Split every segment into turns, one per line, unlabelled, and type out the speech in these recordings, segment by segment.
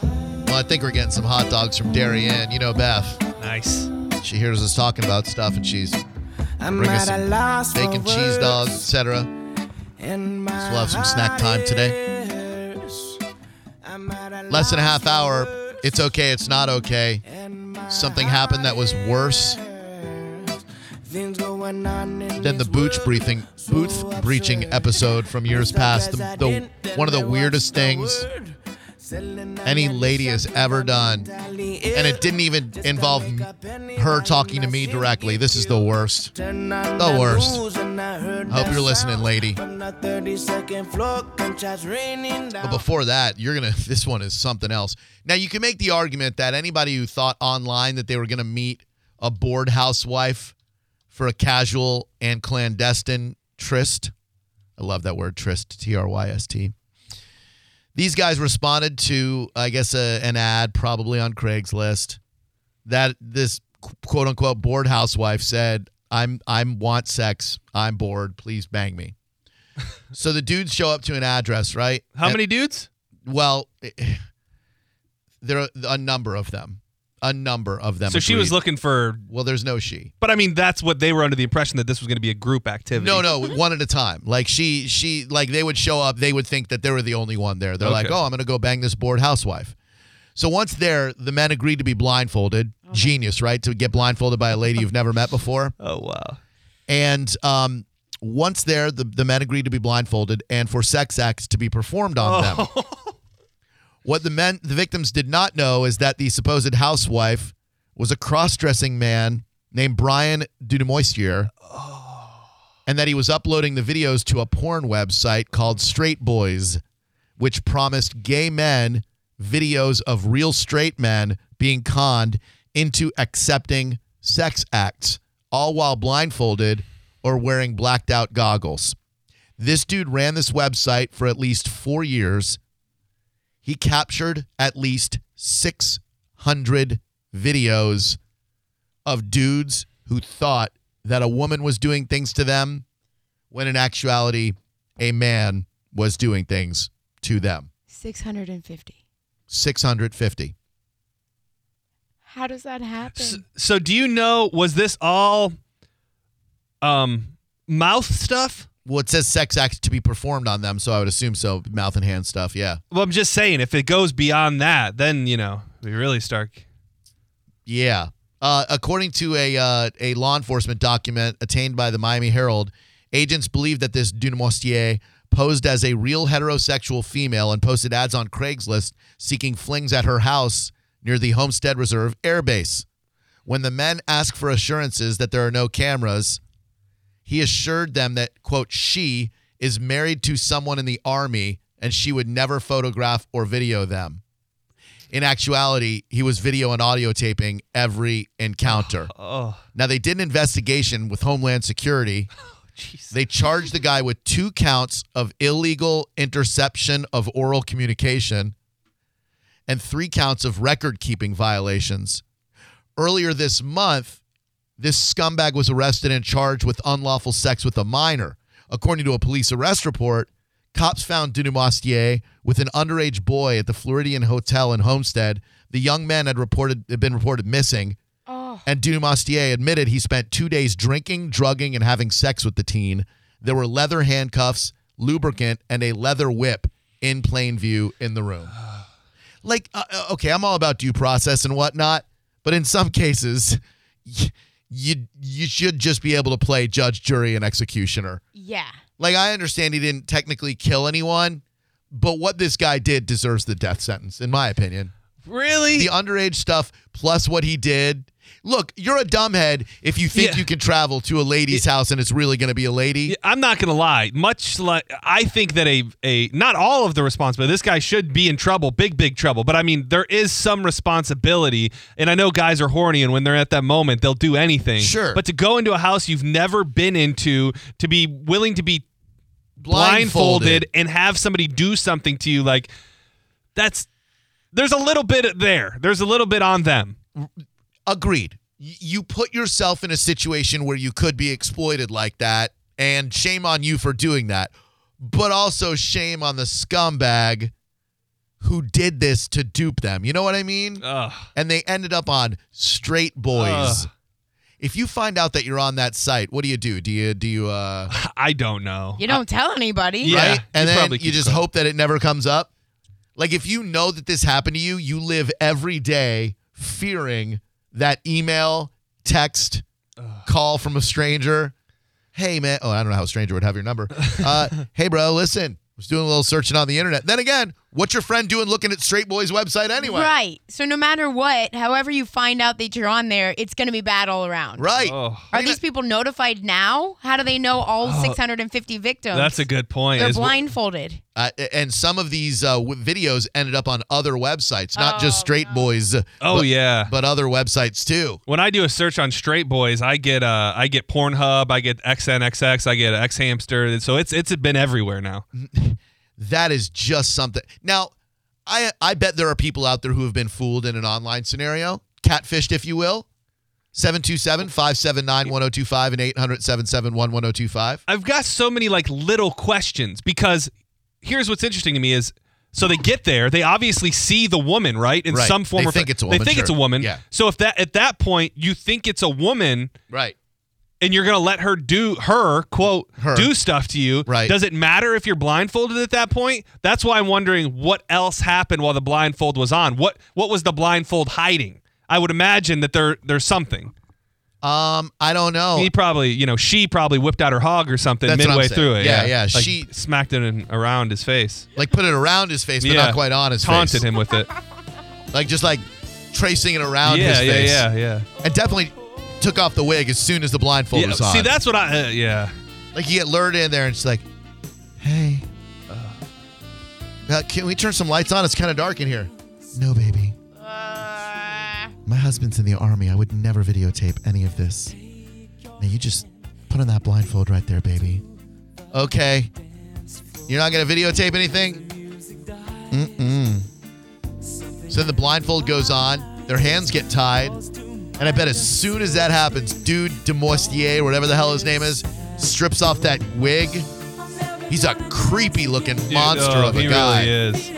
I think we're getting some hot dogs from Darien. You know Beth.
Nice.
She hears us talking about stuff and she's
I'm
bring us
at
some
a loss for
bacon, cheese dogs,
words,
etc.
and my
we'll have some snack time today.
heart is- I'm at a
Less than a
loss
half
for
hour.
words,
It's okay. It's not okay.
and my
Something happened that was worse
heart- Things going on in
than the
this
booch
world,
breathing,
so
booth breaching
absurd.
episode from years
Stuck
past. The,
as I
the,
did, then
one of the
there was
weirdest
the
things
word. Selling
any
out
lady has
something
ever
I'm
done,
entirely
and
ill.
it didn't even
Just to
involve
make up any
her
line
talking to
I
me
see
directly.
get
This is
you.
the worst.
Turn on
The worst.
news and I heard
Hope
that
you're listening,
sound
lady.
from the 32nd floor, gunshots raining down.
But before that, you're gonna. This one is something else. Now you can make the argument that anybody who thought online that they were gonna meet a bored housewife for a casual and clandestine tryst. I love that word tryst. T R Y S T. These guys responded to, I guess, a, an ad probably on Craigslist that this quote unquote bored housewife said, "I'm I'm want sex. I'm bored. Please bang me." so the dudes show up to an address, right?
How
And-
many dudes?
well, there are a number of them. A number of them.
So she was
agreed.
looking for.
Well, there's no she.
But I mean, that's what they were under the impression that this was going to be a group activity.
No, no, one at a time. Like she, she, like they would show up. They would think that they were the only one there. They're like,
Okay.
oh, I'm gonna go bang this bored housewife. So once there, the men agreed to be blindfolded. Genius, right? To get blindfolded by a lady you've never met before.
Oh wow.
And um, once there, the, the men agreed to be blindfolded and for sex acts to be performed on them. What the men, the victims did not know is that the supposed housewife was a cross-dressing man named Brian Dudemoistier, and that he was uploading the videos to a porn website called Straight Boys, which promised gay men videos of real straight men being conned into accepting sex acts, all while blindfolded or wearing blacked out goggles. This dude ran this website for at least four years. He captured at least 600 videos of dudes who thought that a woman was doing things to them when in actuality, a man was doing things to them.
650.
650.
How does that happen?
So, so do you know? Was this all, um, mouth stuff?
Well, it says sex acts to be performed on them, so I would assume so. Mouth and hand stuff, yeah.
Well, I'm just saying, if it goes beyond that, then you know we really start.
Yeah. Uh, according to a uh, a law enforcement document attained by the Miami Herald, agents believe that this Dunemostier posed as a real heterosexual female and posted ads on Craigslist seeking flings at her house near the Homestead Reserve Air Base. When the men asked for assurances that there are no cameras, he assured them that quote she is married to someone in the army and she would never photograph or video them in actuality, he was video and audio taping every encounter.
Oh,
Now, they did an investigation with Homeland Security.
jeez.
They charged the guy with two counts of illegal interception of oral communication and three counts of record keeping violations. Earlier this month, this scumbag was arrested and charged with unlawful sex with a minor. According to a police arrest report, cops found Dunemostier with an underage boy at the Floridian Hotel in Homestead. The young man had reported had been reported missing. And Dunemostier admitted he spent two days drinking, drugging, and having sex with the teen. There were leather handcuffs, lubricant, and a leather whip in plain view in the room. Like, uh, uh, okay, I'm all about due process and whatnot, but in some cases, y- you you should just be able to play judge, jury, and executioner.
yeah.
Like, I understand he didn't technically kill anyone, but what this guy did deserves the death sentence, in my opinion
really?
the underage stuff plus what he did. Look, you're a dumbhead if you think
Yeah.
you can travel to a lady's house and it's really going to be a lady.
Yeah, I'm not gonna lie. Much like I think that a a not all of the responsibility. This guy should be in trouble, big big trouble. But I mean, there is some responsibility, and I know guys are horny, and when they're at that moment, they'll do anything.
Sure.
But to go into a house you've never been into, to be willing to be blindfolded, and have somebody do something to you, like that's there's a little bit there. There's a little bit on them.
Agreed. Y- You put yourself in a situation where you could be exploited like that, and shame on you for doing that. But also shame on the scumbag who did this to dupe them. You know what I mean?
Ugh.
and they ended up on straight boys.
Ugh.
If you find out that you're on that site, what do you do? Do you do you uh
I don't know.
You don't tell anybody.
Yeah.
right? And
you
then
probably
you
keep
just
going.
hope that it never comes up. Like if you know that this happened to you, you live every day fearing that email, text, call from a stranger. Hey man, oh I don't know how a stranger would have your number. Uh, hey bro, listen, was doing a little searching on the internet. Then again, what's your friend doing looking at Straight Boys website anyway?
Right. So no matter what, however you find out that you're on there, it's going to be bad all around.
Right.
Oh.
Are these people notified now? How do they know all
Oh.
650 victims?
That's a good point.
They're
Is-
blindfolded.
Uh, and some of these uh, w- videos ended up on other websites, not just
Oh,
Straight Boys,
Oh
but,
yeah.
but other websites too.
when I do a search on straight boys, I get uh I get Pornhub, I get XNXX, I get X Hamster. So it's it's been everywhere now.
That is just something. Now, I I bet there are people out there who have been fooled in an online scenario, catfished, if you will. 727-579-1025 and 800-771-1025.
I've got so many like little questions because here's what's interesting to me is so they get there, they obviously see the woman, right? In
Right.
some form
They
or fa-
think it's a woman,
They think
sure.
it's a woman.
Yeah.
So if that at that point you think it's a woman
Right.
and you're gonna let her do her quote
Her.
do stuff to you,
Right.
does it matter if you're blindfolded at that point? That's why I'm wondering what else happened while the blindfold was on. What what was the blindfold hiding? I would imagine that there there's something.
Um, I don't know.
He probably, you know, she probably whipped out her hog or something
That's what I'm
midway
saying.
through it.
Yeah,
Yeah,
yeah,
Like,
she-
smacked it in, around his face.
Like put it around his face, but
yeah,
not quite on his
taunted
face.
him with it.
Like just like tracing it around
yeah,
his
yeah,
face.
yeah, yeah,
And definitely took off the wig as soon as the blindfold
Yeah,
was on.
See, that's what I. Uh, yeah,
Like you get lured in there, and she's like, "Hey, uh, can we turn some lights on? It's kind of dark in here." No, baby.
Uh,
My husband's in the army. I would never videotape any of this. Now you just put on that blindfold right there, baby. Okay. You're not gonna videotape anything. Mm-mm. So the blindfold goes on. Their hands get tied, and I bet as soon as that happens, dude Demostier, whatever the hell his name is, strips off that wig. He's a creepy looking
Dude,
monster
oh,
of a
he
guy.
Really is.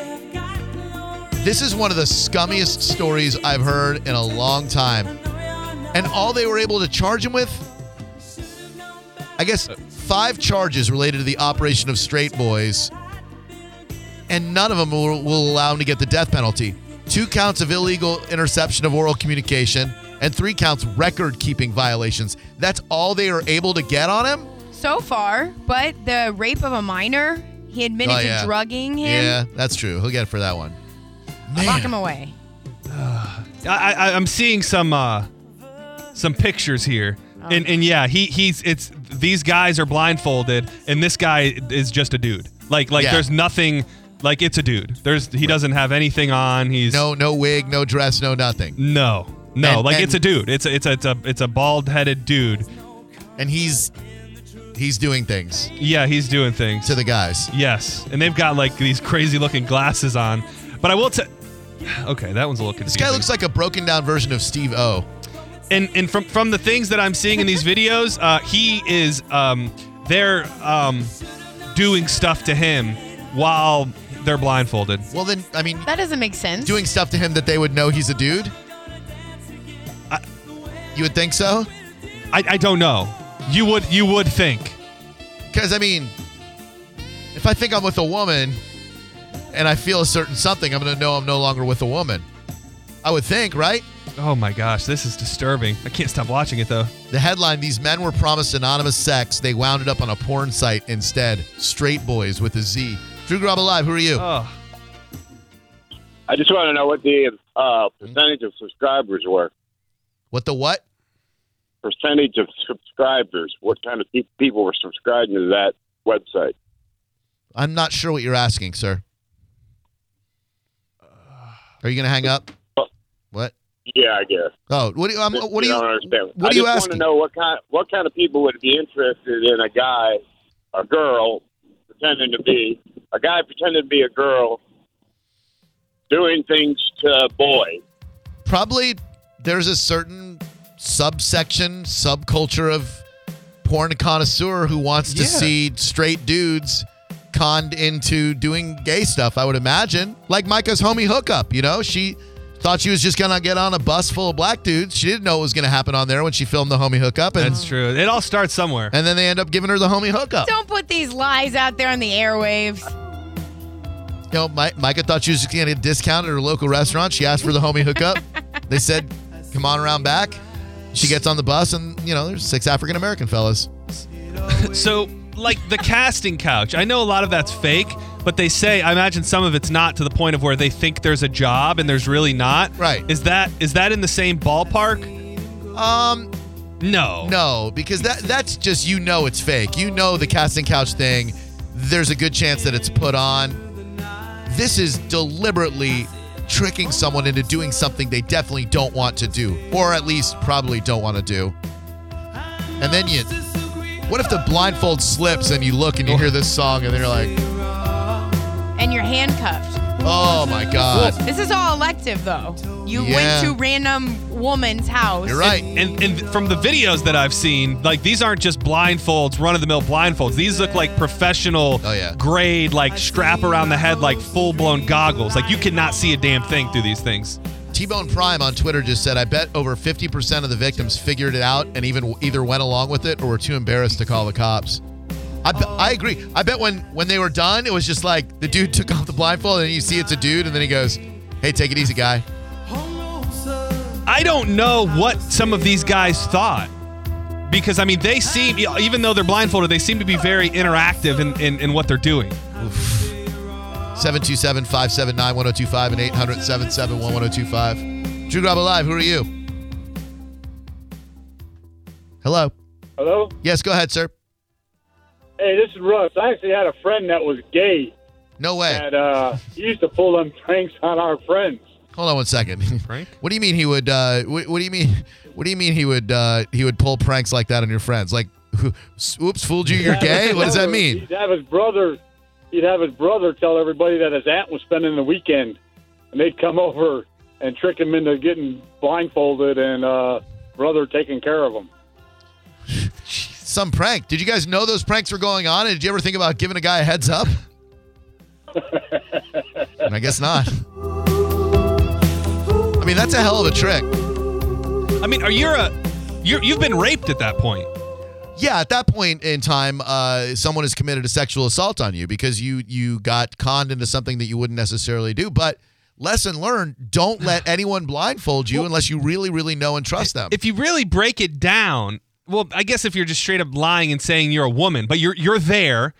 This is one of the scummiest stories I've heard in a long time. And all they were able to charge him with, I guess, five charges related to the operation of straight boys. And none of them will, will allow him to get the death penalty. Two counts of illegal interception of oral communication and three counts record keeping violations. That's all they are able to get on him?
so far, but the rape of a minor, he admitted
Oh, yeah.
to drugging him.
Yeah, that's true. He'll get it for that one.
Lock
Man.
him away.
I, I, I'm seeing some uh, some pictures here, and and yeah, he he's it's these guys are blindfolded, and this guy is just a dude. Like like
Yeah.
there's nothing. Like it's a dude. There's he doesn't have anything on. He's
No, no wig, no dress, no nothing.
no no.
And-
like
and-
it's a dude. It's a it's a it's a, it's a bald headed dude.
and he's he's doing things
Yeah, he's doing things.
to the guys.
Yes, and they've got like these crazy looking glasses on. But I will tell. Okay, that one's a little
This
confusing.
guy looks like a broken down version of Steve O.
and and from from the things that I'm seeing in these videos, uh, he is um, they're um, doing stuff to him while they're blindfolded.
Well, then I mean,
That doesn't make sense.
doing stuff to him that they would know he's a dude. you would think so,
I, I don't know. You would you would think.
because I mean, if I think I'm with a woman and I feel a certain something, I'm gonna know I'm no longer with a woman. I would think, right?
Oh my gosh, this is disturbing. I can't stop watching it though.
The headline: These men were promised anonymous sex. They wound it up on a porn site instead. Straight boys with a Z. Drew Grob alive. Who are you?
Oh,
I just want to know what the uh, percentage of subscribers were.
what the what?
Percentage of subscribers. What kind of pe- people were subscribing to that website?
I'm not sure what you're asking, sir. Are you going to hang up? What?
Yeah, I guess.
Oh, what do you? Um, what do
you
you?
don't understand?
what
I
do you
just
asking?
want to know what kind what kind of people would be interested in a guy, a girl pretending to be a guy pretending to be a girl, doing things to boys.
Probably there's a certain subsection, subculture of porn connoisseur who wants to
Yeah.
see straight dudes conned into doing gay stuff, I would imagine. Like Micah's homie hookup, you know? She thought she was just going to get on a bus full of black dudes. She didn't know what was going to happen on there when she filmed the homie hookup. And,
That's true. It all starts somewhere.
and then they end up giving her the homie hookup.
Don't put these lies out there on the airwaves.
You know, Mi- Micah thought she was just going to get a discount at her local restaurant. She asked for the homie hookup. They said, come on around back. She gets on the bus, and, you know, there's six African American fellas.
So, like the casting couch, I know a lot of that's fake, but they say I imagine some of it's not to the point of where they think there's a job and there's really not.
Right.
Is that is that in the same ballpark?
Um,
No.
No, because that that's just you know it's fake. You know the casting couch thing. There's a good chance that it's put on. This is deliberately tricking someone into doing something they definitely don't want to do, or at least probably don't want to do. And then you, what if the blindfold slips and you look and you hear this song and then you're like,
And you're handcuffed.
oh my god,
This is all elective, though. You
Yeah.
went to random woman's house.
you're right.
And, and from the videos that I've seen, like these aren't just blindfolds, run of the mill blindfolds. These look like professional
Oh, yeah.
grade, like strap around the head, like full blown goggles. Like you cannot see a damn thing through these things.
T-Bone Prime on Twitter just said, "I bet over 50% of the victims figured it out and even either went along with it or were too embarrassed to call the cops." I, be- I agree. I bet when when they were done, it was just like the dude took off the blindfold and you see it's a dude and then he goes, "Hey, take it easy, guy."
I don't know what some of these guys thought. Because, I mean, they seem, even though they're blindfolded, they seem to be very interactive in, in, in what they're doing.
727-579-1025 and 800-771-1025. Drew Grab Live, who are you? Hello.
Hello?
Yes, go ahead, sir.
Hey, this is Russ. I actually had a friend that was gay
No way.
that uh, he used to pull them pranks on our friends.
Hold on one second.
Right?
What do you mean he would? Uh, what, what do you mean? What do you mean he would? Uh, he would pull pranks like that on your friends? Like, oops, fooled you. You're gay. What does that mean?
He'd have his brother. He'd have his brother tell everybody that his aunt was spending the weekend, and they'd come over and trick him into getting blindfolded and uh, brother taking care of him.
Some prank. Did you guys know those pranks were going on? And did you ever think about giving a guy a heads up? I guess not. I mean, that's a hell of a trick.
I mean, are you a, you're, you've been raped at that point.
Yeah, at that point in time, uh, someone has committed a sexual assault on you because you you got conned into something that you wouldn't necessarily do. But lesson learned: don't let anyone blindfold you unless you really, really know and trust them.
If you really break it down, well, I guess if you're just straight up lying and saying you're a woman, but you're, you're there,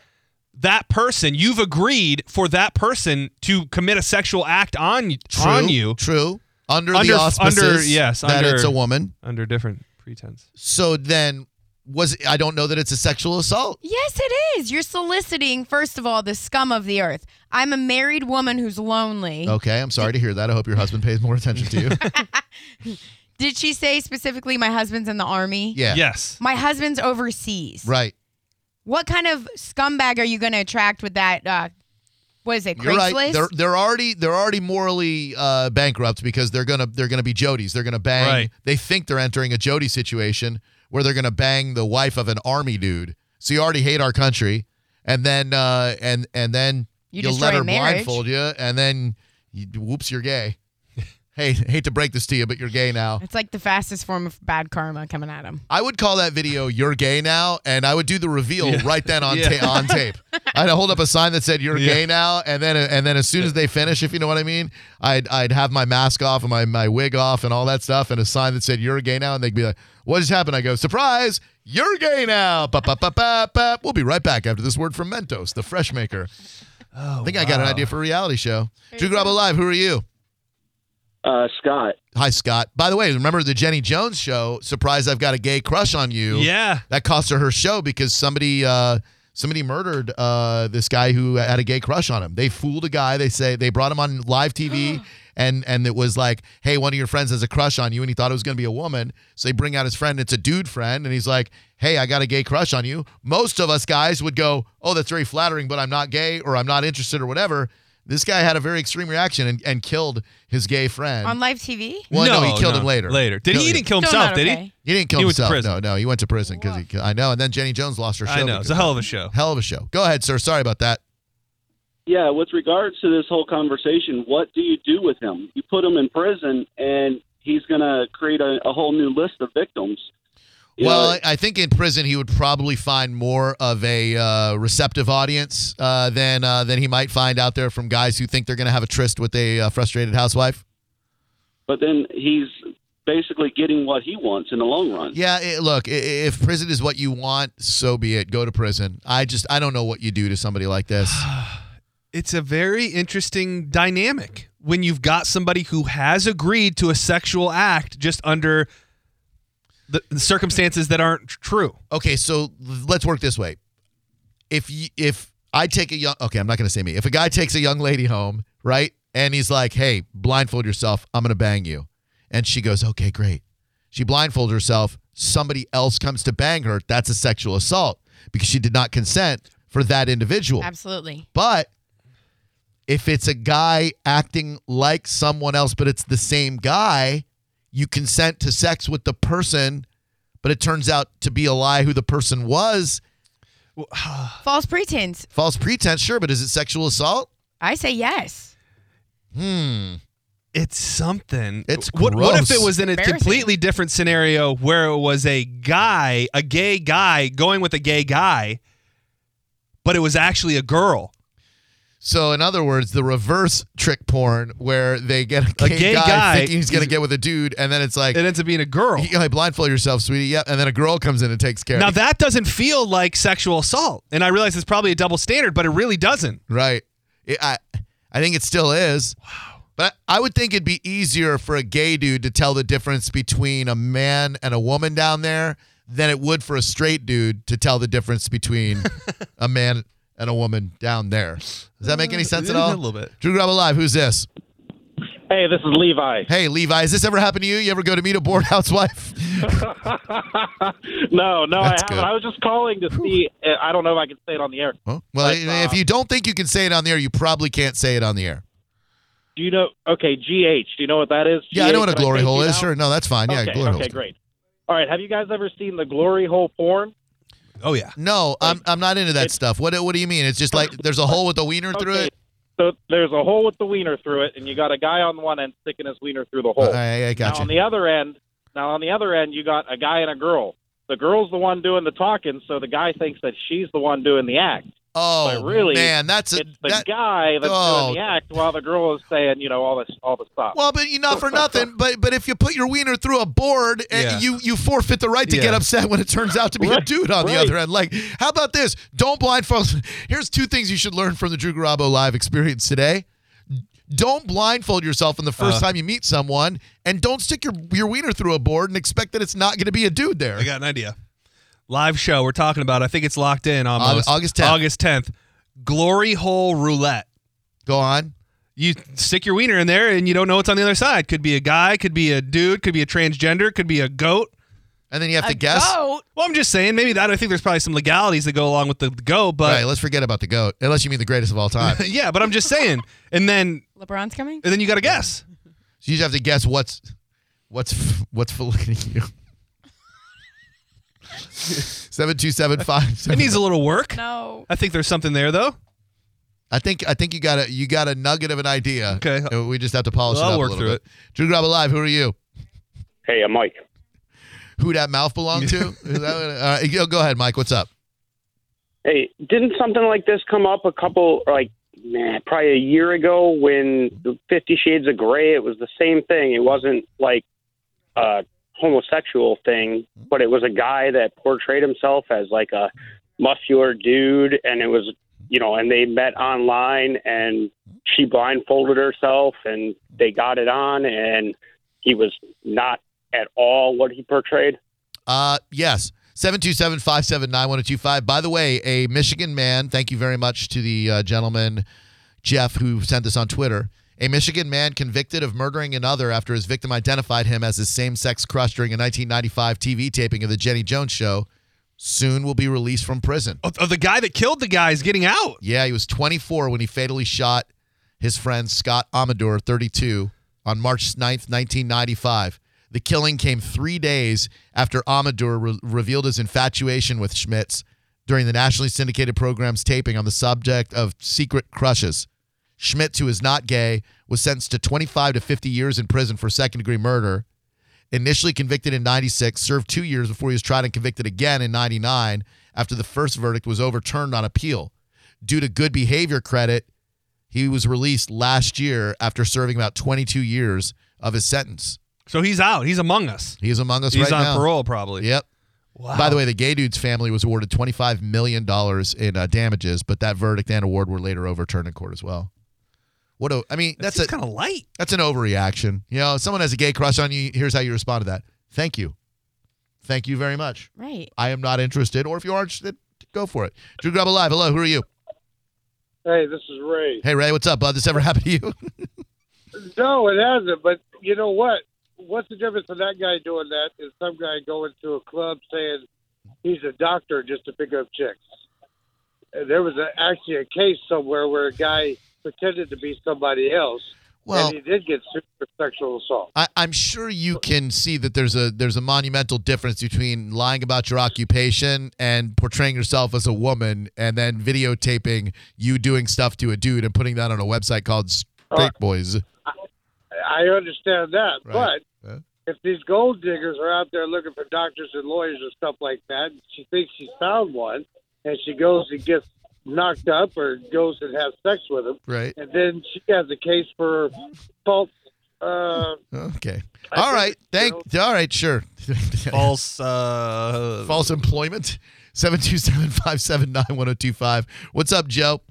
that person, you've agreed for that person to commit a sexual act on,
true,
on you
true, under,
Under-
the auspices
under- yes,
that
under-
it's a woman.
under different pretense.
So then, was I don't know that it's a sexual assault.
Yes, it is. You're soliciting, first of all, the scum of the earth. I'm a married woman who's lonely.
Okay, I'm sorry to hear that. I hope your husband pays more attention to you.
Did she say specifically my husband's in the army?
Yeah,
Yes.
My husband's overseas.
right.
What kind of scumbag are you going to attract with that? Uh, what is it?
You're
Craigslist?
right. They're they're already they're already morally uh, bankrupt because they're gonna they're gonna be Jody's. They're gonna bang.
Right.
They think they're entering a Jody situation where they're gonna bang the wife of an army dude. So you already hate our country, and then uh, and and then
You
will let
destroy
her
a marriage.
blindfold you, and then you, whoops, you're gay. hey, hate to break this to you, but you're gay now.
It's like the fastest form of bad karma coming at him.
I would call that video "You're Gay Now," and I would do the reveal
Yeah.
right then on
Yeah.
ta- on tape. I'd hold up a sign that said "You're
Yeah.
Gay Now," and then and then as soon as they finish, if you know what I mean, I'd I'd have my mask off and my my wig off and all that stuff, and a sign that said "You're Gay Now," and they'd be like, "What just happened?" I go, "Surprise! You're gay now!" Ba, ba, ba, ba, ba. We'll be right back after this word from Mentos, the fresh maker. I think I got an idea for a reality show. Drew Grabo Live, who are you?
Uh, Scott.
Hi, Scott. By the way, remember the Jenny Jones show? Surprise! I've got a gay crush on you
Yeah.
that cost her her show because somebody uh, somebody murdered uh, this guy who had a gay crush on him. They fooled a guy. They say they brought him on live TV. And, and it was like, hey, one of your friends has a crush on you, and he thought it was going to be a woman. So they bring out his friend. It's a dude friend, and he's like, hey, I got a gay crush on you. Most of us guys would go, oh, that's very flattering, but I'm not gay or I'm not interested or whatever. This guy had a very extreme reaction and, and killed his gay friend.
On live TV?
well, no, he killed him later.
Later. Did
No,
he, he didn't kill
Still
himself,
not
did he?
okay.
He didn't kill
He went to
himself.
prison.
No, no, he went to prison because he. I know, and then Jenny Jones lost her show.
I know.
because
It's a
of
hell
that.
of a show.
Hell of a show. Go ahead, sir. Sorry about that.
Yeah, with regards to this whole conversation, what do you do with him? You put him in prison, and he's going to create a, a whole new list of victims. You
Well,
know,
I I think in prison he would probably find more of a uh, receptive audience uh, than uh, than he might find out there from guys who think they're going to have a tryst with a uh, frustrated housewife.
but then he's basically getting what he wants in the long run.
Yeah, it, look, i- i- if prison is what you want, so be it. Go to prison. I just I don't know what you do to somebody like this.
it's a very interesting dynamic when you've got somebody who has agreed to a sexual act just under the, the circumstances that aren't true.
Okay, so let's work this way. If you, if I take a young okay, I'm not going to say me. If a guy takes a young lady home, right, and he's like, "Hey, blindfold yourself. I'm going to bang you," and she goes, "Okay, great." She blindfolds herself. Somebody else comes to bang her. That's a sexual assault because she did not consent for that individual.
Absolutely.
But if it's a guy acting like someone else, but it's the same guy, you consent to sex with the person, but it turns out to be a lie who the person was.
False pretense.
False pretense, sure, but is it sexual assault?
I say yes.
It's something.
It's
what, what if
gross.
it was in a
Embarrassing.
completely different scenario where it was a guy, a gay guy, going with a gay guy, but it was actually a girl,
So, in other words, the reverse trick porn where they get a gay,
gay
guy,
guy
thinking he's going to
is-
get with a dude, and then it's like,
it ends up being a girl.
"Hey, blindfold yourself, sweetie. Yep. And then a girl comes in and takes care
Now
of it.
that doesn't feel like sexual assault, and I realize it's probably a double standard, but it really doesn't.
Right. It, I I think it still is. Wow. But I would think it'd be easier for a gay dude to tell the difference between a man and a woman down there than it would for a straight dude to tell the difference between a man and a woman down there. Does that make any sense at all?
A little bit.
Drew Grub Live, who's this?
Hey, this is Levi.
Hey, Levi, has this ever happened to you? You ever go to meet a bored housewife?
no, no, I
That's
haven't.
good.
I was just calling to see. uh, I don't know if I can say it on the air.
Huh? Well,
Like,
if
uh,
you don't think you can say it on the air, you probably can't say it on the air.
Do you know? Okay, GH. Do you know what that is?
Yeah, I know what a
Can
glory
take
hole
you
is.
out?
Sure. No, that's fine.
Okay,
Yeah, glory hole.
okay, great. All right, have you guys ever seen the glory hole porn?
Oh yeah.
No, I'm I'm not into that stuff. What what do you mean? It's just like there's a hole with a wiener through
Okay.
it.
So there's a hole with the wiener through it, and you got a guy on one end sticking his wiener through the hole.
Uh, I, I
Now
got
on
you.
the other end, now on the other end, you got a guy and a girl. The girl's the one doing the talking, so the guy thinks that she's the one doing the act.
Oh,
but really,
man, that's a,
It's the
that,
guy that's
Oh.
doing the act while the girl is saying, you know, all this, all the stuff.
well, but you not for nothing. But but if you put your wiener through a board, eh,
Yeah.
you you forfeit the right to get
Yeah.
upset when it turns out to be a dude on the
right.
other end. Like, how about this? Don't blindfold. Here's two things you should learn from the Drew Garabo live experience today. Don't blindfold yourself in the
Uh.
first time you meet someone, and don't stick your your wiener through a board and expect that it's not going to be a dude there.
I got an idea. Live show we're talking about. I think it's locked in almost.
Au- August 10th.
August 10th. Glory hole roulette.
Go on.
You stick your wiener in there and you don't know what's on the other side. Could be a guy, could be a dude, could be a transgender, could be a goat.
And then you have to guess.
Goat? Well, I'm just saying, maybe that I think there's probably some legalities that go along with the goat,
Right,
but
let's forget about the goat, unless you mean the greatest of all time. so
yeah, but I'm just saying. And then
LeBron's coming?
and then you gotta guess.
you just have to guess what's what's f- what's filleting you. Seven two seven five.
It needs a little work.
No.
I think there's something there though.
I think I think you got a you got a nugget of an idea.
Okay.
Uh, we just have to polish
Well,
it
I'll
up
work
a little
through
bit. Drew Grab Alive, who are you?
Hey, I'm Mike.
Who that mouth belong to? Is that what- all right, go- go ahead, Mike. What's up?
Hey, didn't something like this come up a couple, like, man, probably a year ago when the Fifty Shades of Grey? It was the same thing. It wasn't like a homosexual thing, but it was a guy that portrayed himself as like a muscular dude, and it was, you know, and they met online, and she blindfolded herself, and they got it on, and he was not at all what he portrayed.
Uh, yes. 727-579-1025. By the way, a Michigan man, thank you very much to the uh, gentleman, Jeff, who sent this on Twitter. A Michigan man convicted of murdering another after his victim identified him as his same-sex crush during a 1995 TV taping of The Jenny Jones Show soon will be released from prison.
Oh, oh, the guy that killed the guy is getting out.
Yeah, he was 24 when he fatally shot his friend Scott Amador, 32, on March 9th, 1995. The killing came three days after Amador re- revealed his infatuation with Schmitz during the nationally syndicated program's taping on the subject of secret crushes. Schmitz, who is not gay, was sentenced to 25 to 50 years in prison for second degree murder. Initially convicted in 96, served two years before he was tried and convicted again in 99 after the first verdict was overturned on appeal. Due to good behavior credit, he was released last year after serving about 22 years of his sentence.
So he's out. He's among us.
He's among us
He's
right
on
now.
parole probably.
Yep.
Wow.
By the way, the gay dude's family was awarded $25 million in uh, damages, but that verdict and award were later overturned in court as well. What a, I mean, that's a,
kind of light.
that's an overreaction. You know, if someone has a gay crush on you, here's how you respond to that. Thank you. Thank you very much.
Right.
I am not interested, or if you are interested, go for it. Drew Grubb Alive, hello, who are you?
Hey, this is Ray.
Hey, Ray, what's up, bud? This ever happened to you?
No, it hasn't. But you know what? What's the difference of that guy doing that and some guy going to a club saying he's a doctor just to pick up chicks? And there was a, actually a case somewhere where a guy pretended to be somebody else,
Well,
and he did get sued for sexual assault.
I, I'm sure you can see that there's a there's a monumental difference between lying about your occupation and portraying yourself as a woman, and then videotaping you doing stuff to a dude and putting that on a website called Straight Boys.
I understand that,
Right.
but
Yeah.
if these gold diggers are out there looking for doctors and lawyers and stuff like that, and she thinks she's found one, and she goes and gets knocked up or goes and has sex with him,
Right.
and then she has a case for false. Uh,
Okay. All right. Thank. All right. Sure.
False. Uh,
False employment. Seven two seven five seven nine one zero two five. What's up, Joe?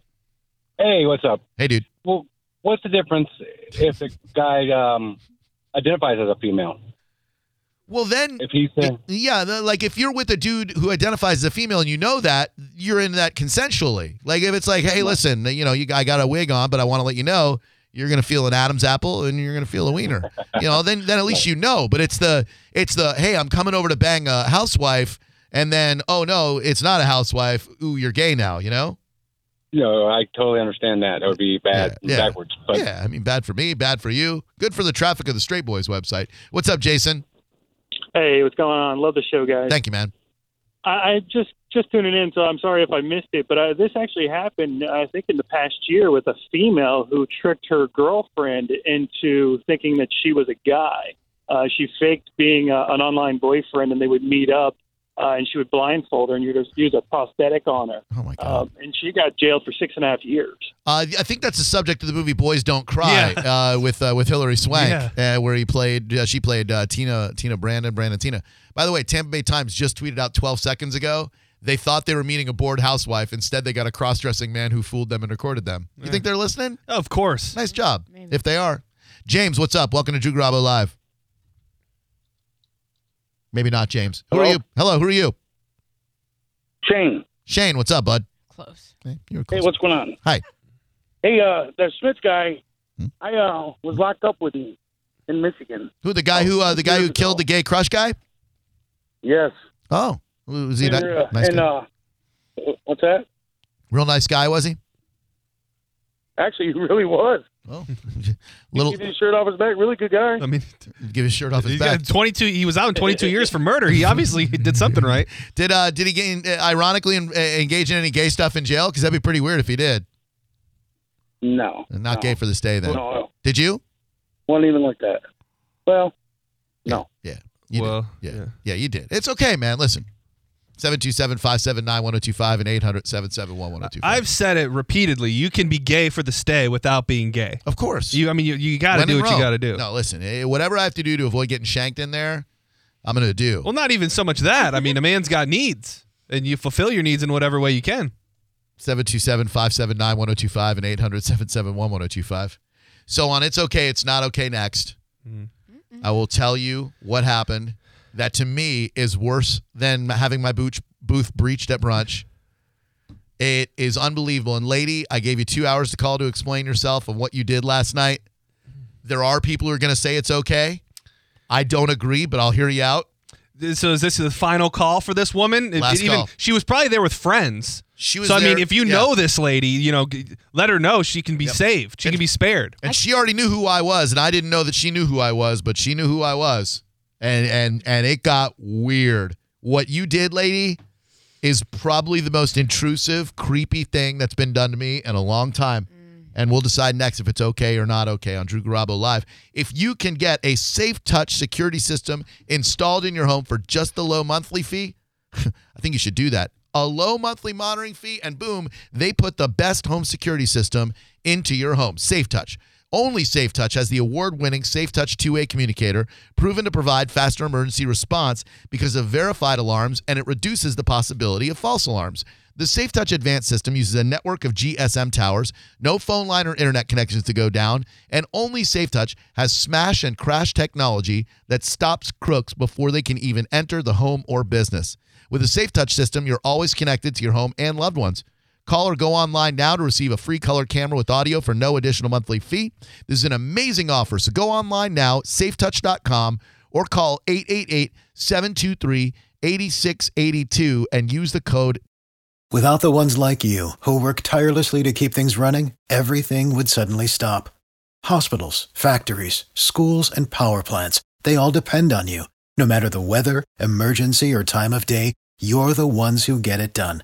Hey, what's up?
Hey, dude.
Well, what's the difference if the guy um, identifies as a female?
Well, then.
If he says,
Yeah, the- like if you're with a dude who identifies as a female and you know that, you're in that consensually. Like if it's like, hey, listen, you know, you I got a wig on, but I want to let you know you're gonna feel an Adam's apple and you're gonna feel a wiener. You know, then then at least you know. But it's the it's the hey, I'm coming over to bang a housewife, and then oh no, it's not a housewife. Ooh, you're gay now. You know?
no, I totally understand that. That would be bad
Yeah, yeah.
backwards. But
yeah. I mean, bad for me, bad for you. Good for the traffic of the Straight Boys website. What's up, Jason?
Hey, what's going on? Love the show, guys.
Thank you, man.
I, I just just tuning in, so I'm sorry if I missed it, but uh, this actually happened, I think, in the past year with a female who tricked her girlfriend into thinking that she was a guy. Uh, she faked being uh an online boyfriend, and they would meet up, uh, and she would blindfold her and you'd use a prosthetic on her,
Oh my god.
um, and she got jailed for six and a half years.
Uh, I think that's the subject of the movie Boys Don't Cry uh, with uh, with Hilary Swank, uh, where he played uh, she played uh, Tina Tina Brandon Brandon Tina. By the way, Tampa Bay Times just tweeted out 12 seconds ago. They thought they were meeting a bored housewife. Instead, they got a cross-dressing man who fooled them and recorded them. You think they're listening?
of course.
Nice job. If they are, James, what's up? Welcome to Drew Garabo Live. Maybe not James. Who are
Hello?
you? Hello, who are you?
Shane,
Shane, what's up, bud?
Close.
Hey, you're
hey,
close.
what's going on?
Hi.
Hey, uh, that Smith guy,
Hmm?
I uh, was locked up with him in Michigan.
Who the
Oh,
guy who uh, the guy who killed the gay crush guy?
Yes.
Oh, was he
And, uh,
that nice
and,
guy?
uh, what's that?
Real nice guy, was he?
Actually, he really was.
Oh, little
He did his shirt off his back. Really good guy.
I mean,
give his shirt off his
he's
back.
got 22. He was out in 22 years for murder. He obviously did something right.
Did uh did he gain uh, ironically en- uh, engage in any gay stuff in jail? Because that'd be pretty weird if he did.
No.
And Not
no.
gay for this day then.
No,
Did you?
wasn't even like that. Well, No.
Yeah. You did.
well,
Yeah. yeah. you did. It's okay, man. Listen. 727-579-1025 and 800 771
I've said it repeatedly. You can be gay for the stay without being gay.
Of course.
You, I mean, you, you got to
When
do
in
what you
Rome.
got to do.
No, listen. eh, Whatever I have to do to avoid getting shanked in there, I'm going to do.
Well, not even so much that. I mean, a man's got needs, and you fulfill your needs in whatever way you can.
727-579-1025 and 800-771-1025. So on It's Okay, It's Not Okay Next,
Mm-hmm.
I will tell you what happened that to me is worse than having my booch, booth breached at brunch. It is unbelievable. And lady, I gave you two hours to call to explain yourself and what you did last night. There are people who are going to say it's okay. I don't agree, but I'll hear you out.
So is this the final call for this woman? If-
Last
even-
call.
She was probably there with friends.
She was
so I mean,
there-
if you
yeah.
know this lady, you know, g- let her know she can be saved. She can be spared.
And she already knew who I was, and I didn't know that she knew who I was, but she knew who I was. And and and it got weird. What you did, lady, is probably the most intrusive, creepy thing that's been done to me in a long time. And we'll decide next if it's okay or not okay on Drew Garabo Live. If you can get a safe touch security system installed in your home for just the low monthly fee, I think you should do that. A low monthly monitoring fee, and boom, they put the best home security system into your home. Safe Touch. Only Safe Touch has the award winning Safe Touch two way communicator proven to provide faster emergency response because of verified alarms and it reduces the possibility of false alarms. The Safe Touch Advanced system uses a network of GSM towers, no phone line or internet connections to go down, and only Safe Touch has smash and crash technology that stops crooks before they can even enter the home or business. With a Safe Touch system, you're always connected to your home and loved ones. Call or go online now to receive a free color camera with audio for no additional monthly fee. This is an amazing offer. So go online now, safetouch.com, or call 888 723 8682 and use the code
Without the ones like you, who work tirelessly to keep things running, everything would suddenly stop. Hospitals, factories, schools, and power plants, they all depend on you. No matter the weather, emergency, or time of day, you're the ones who get it done.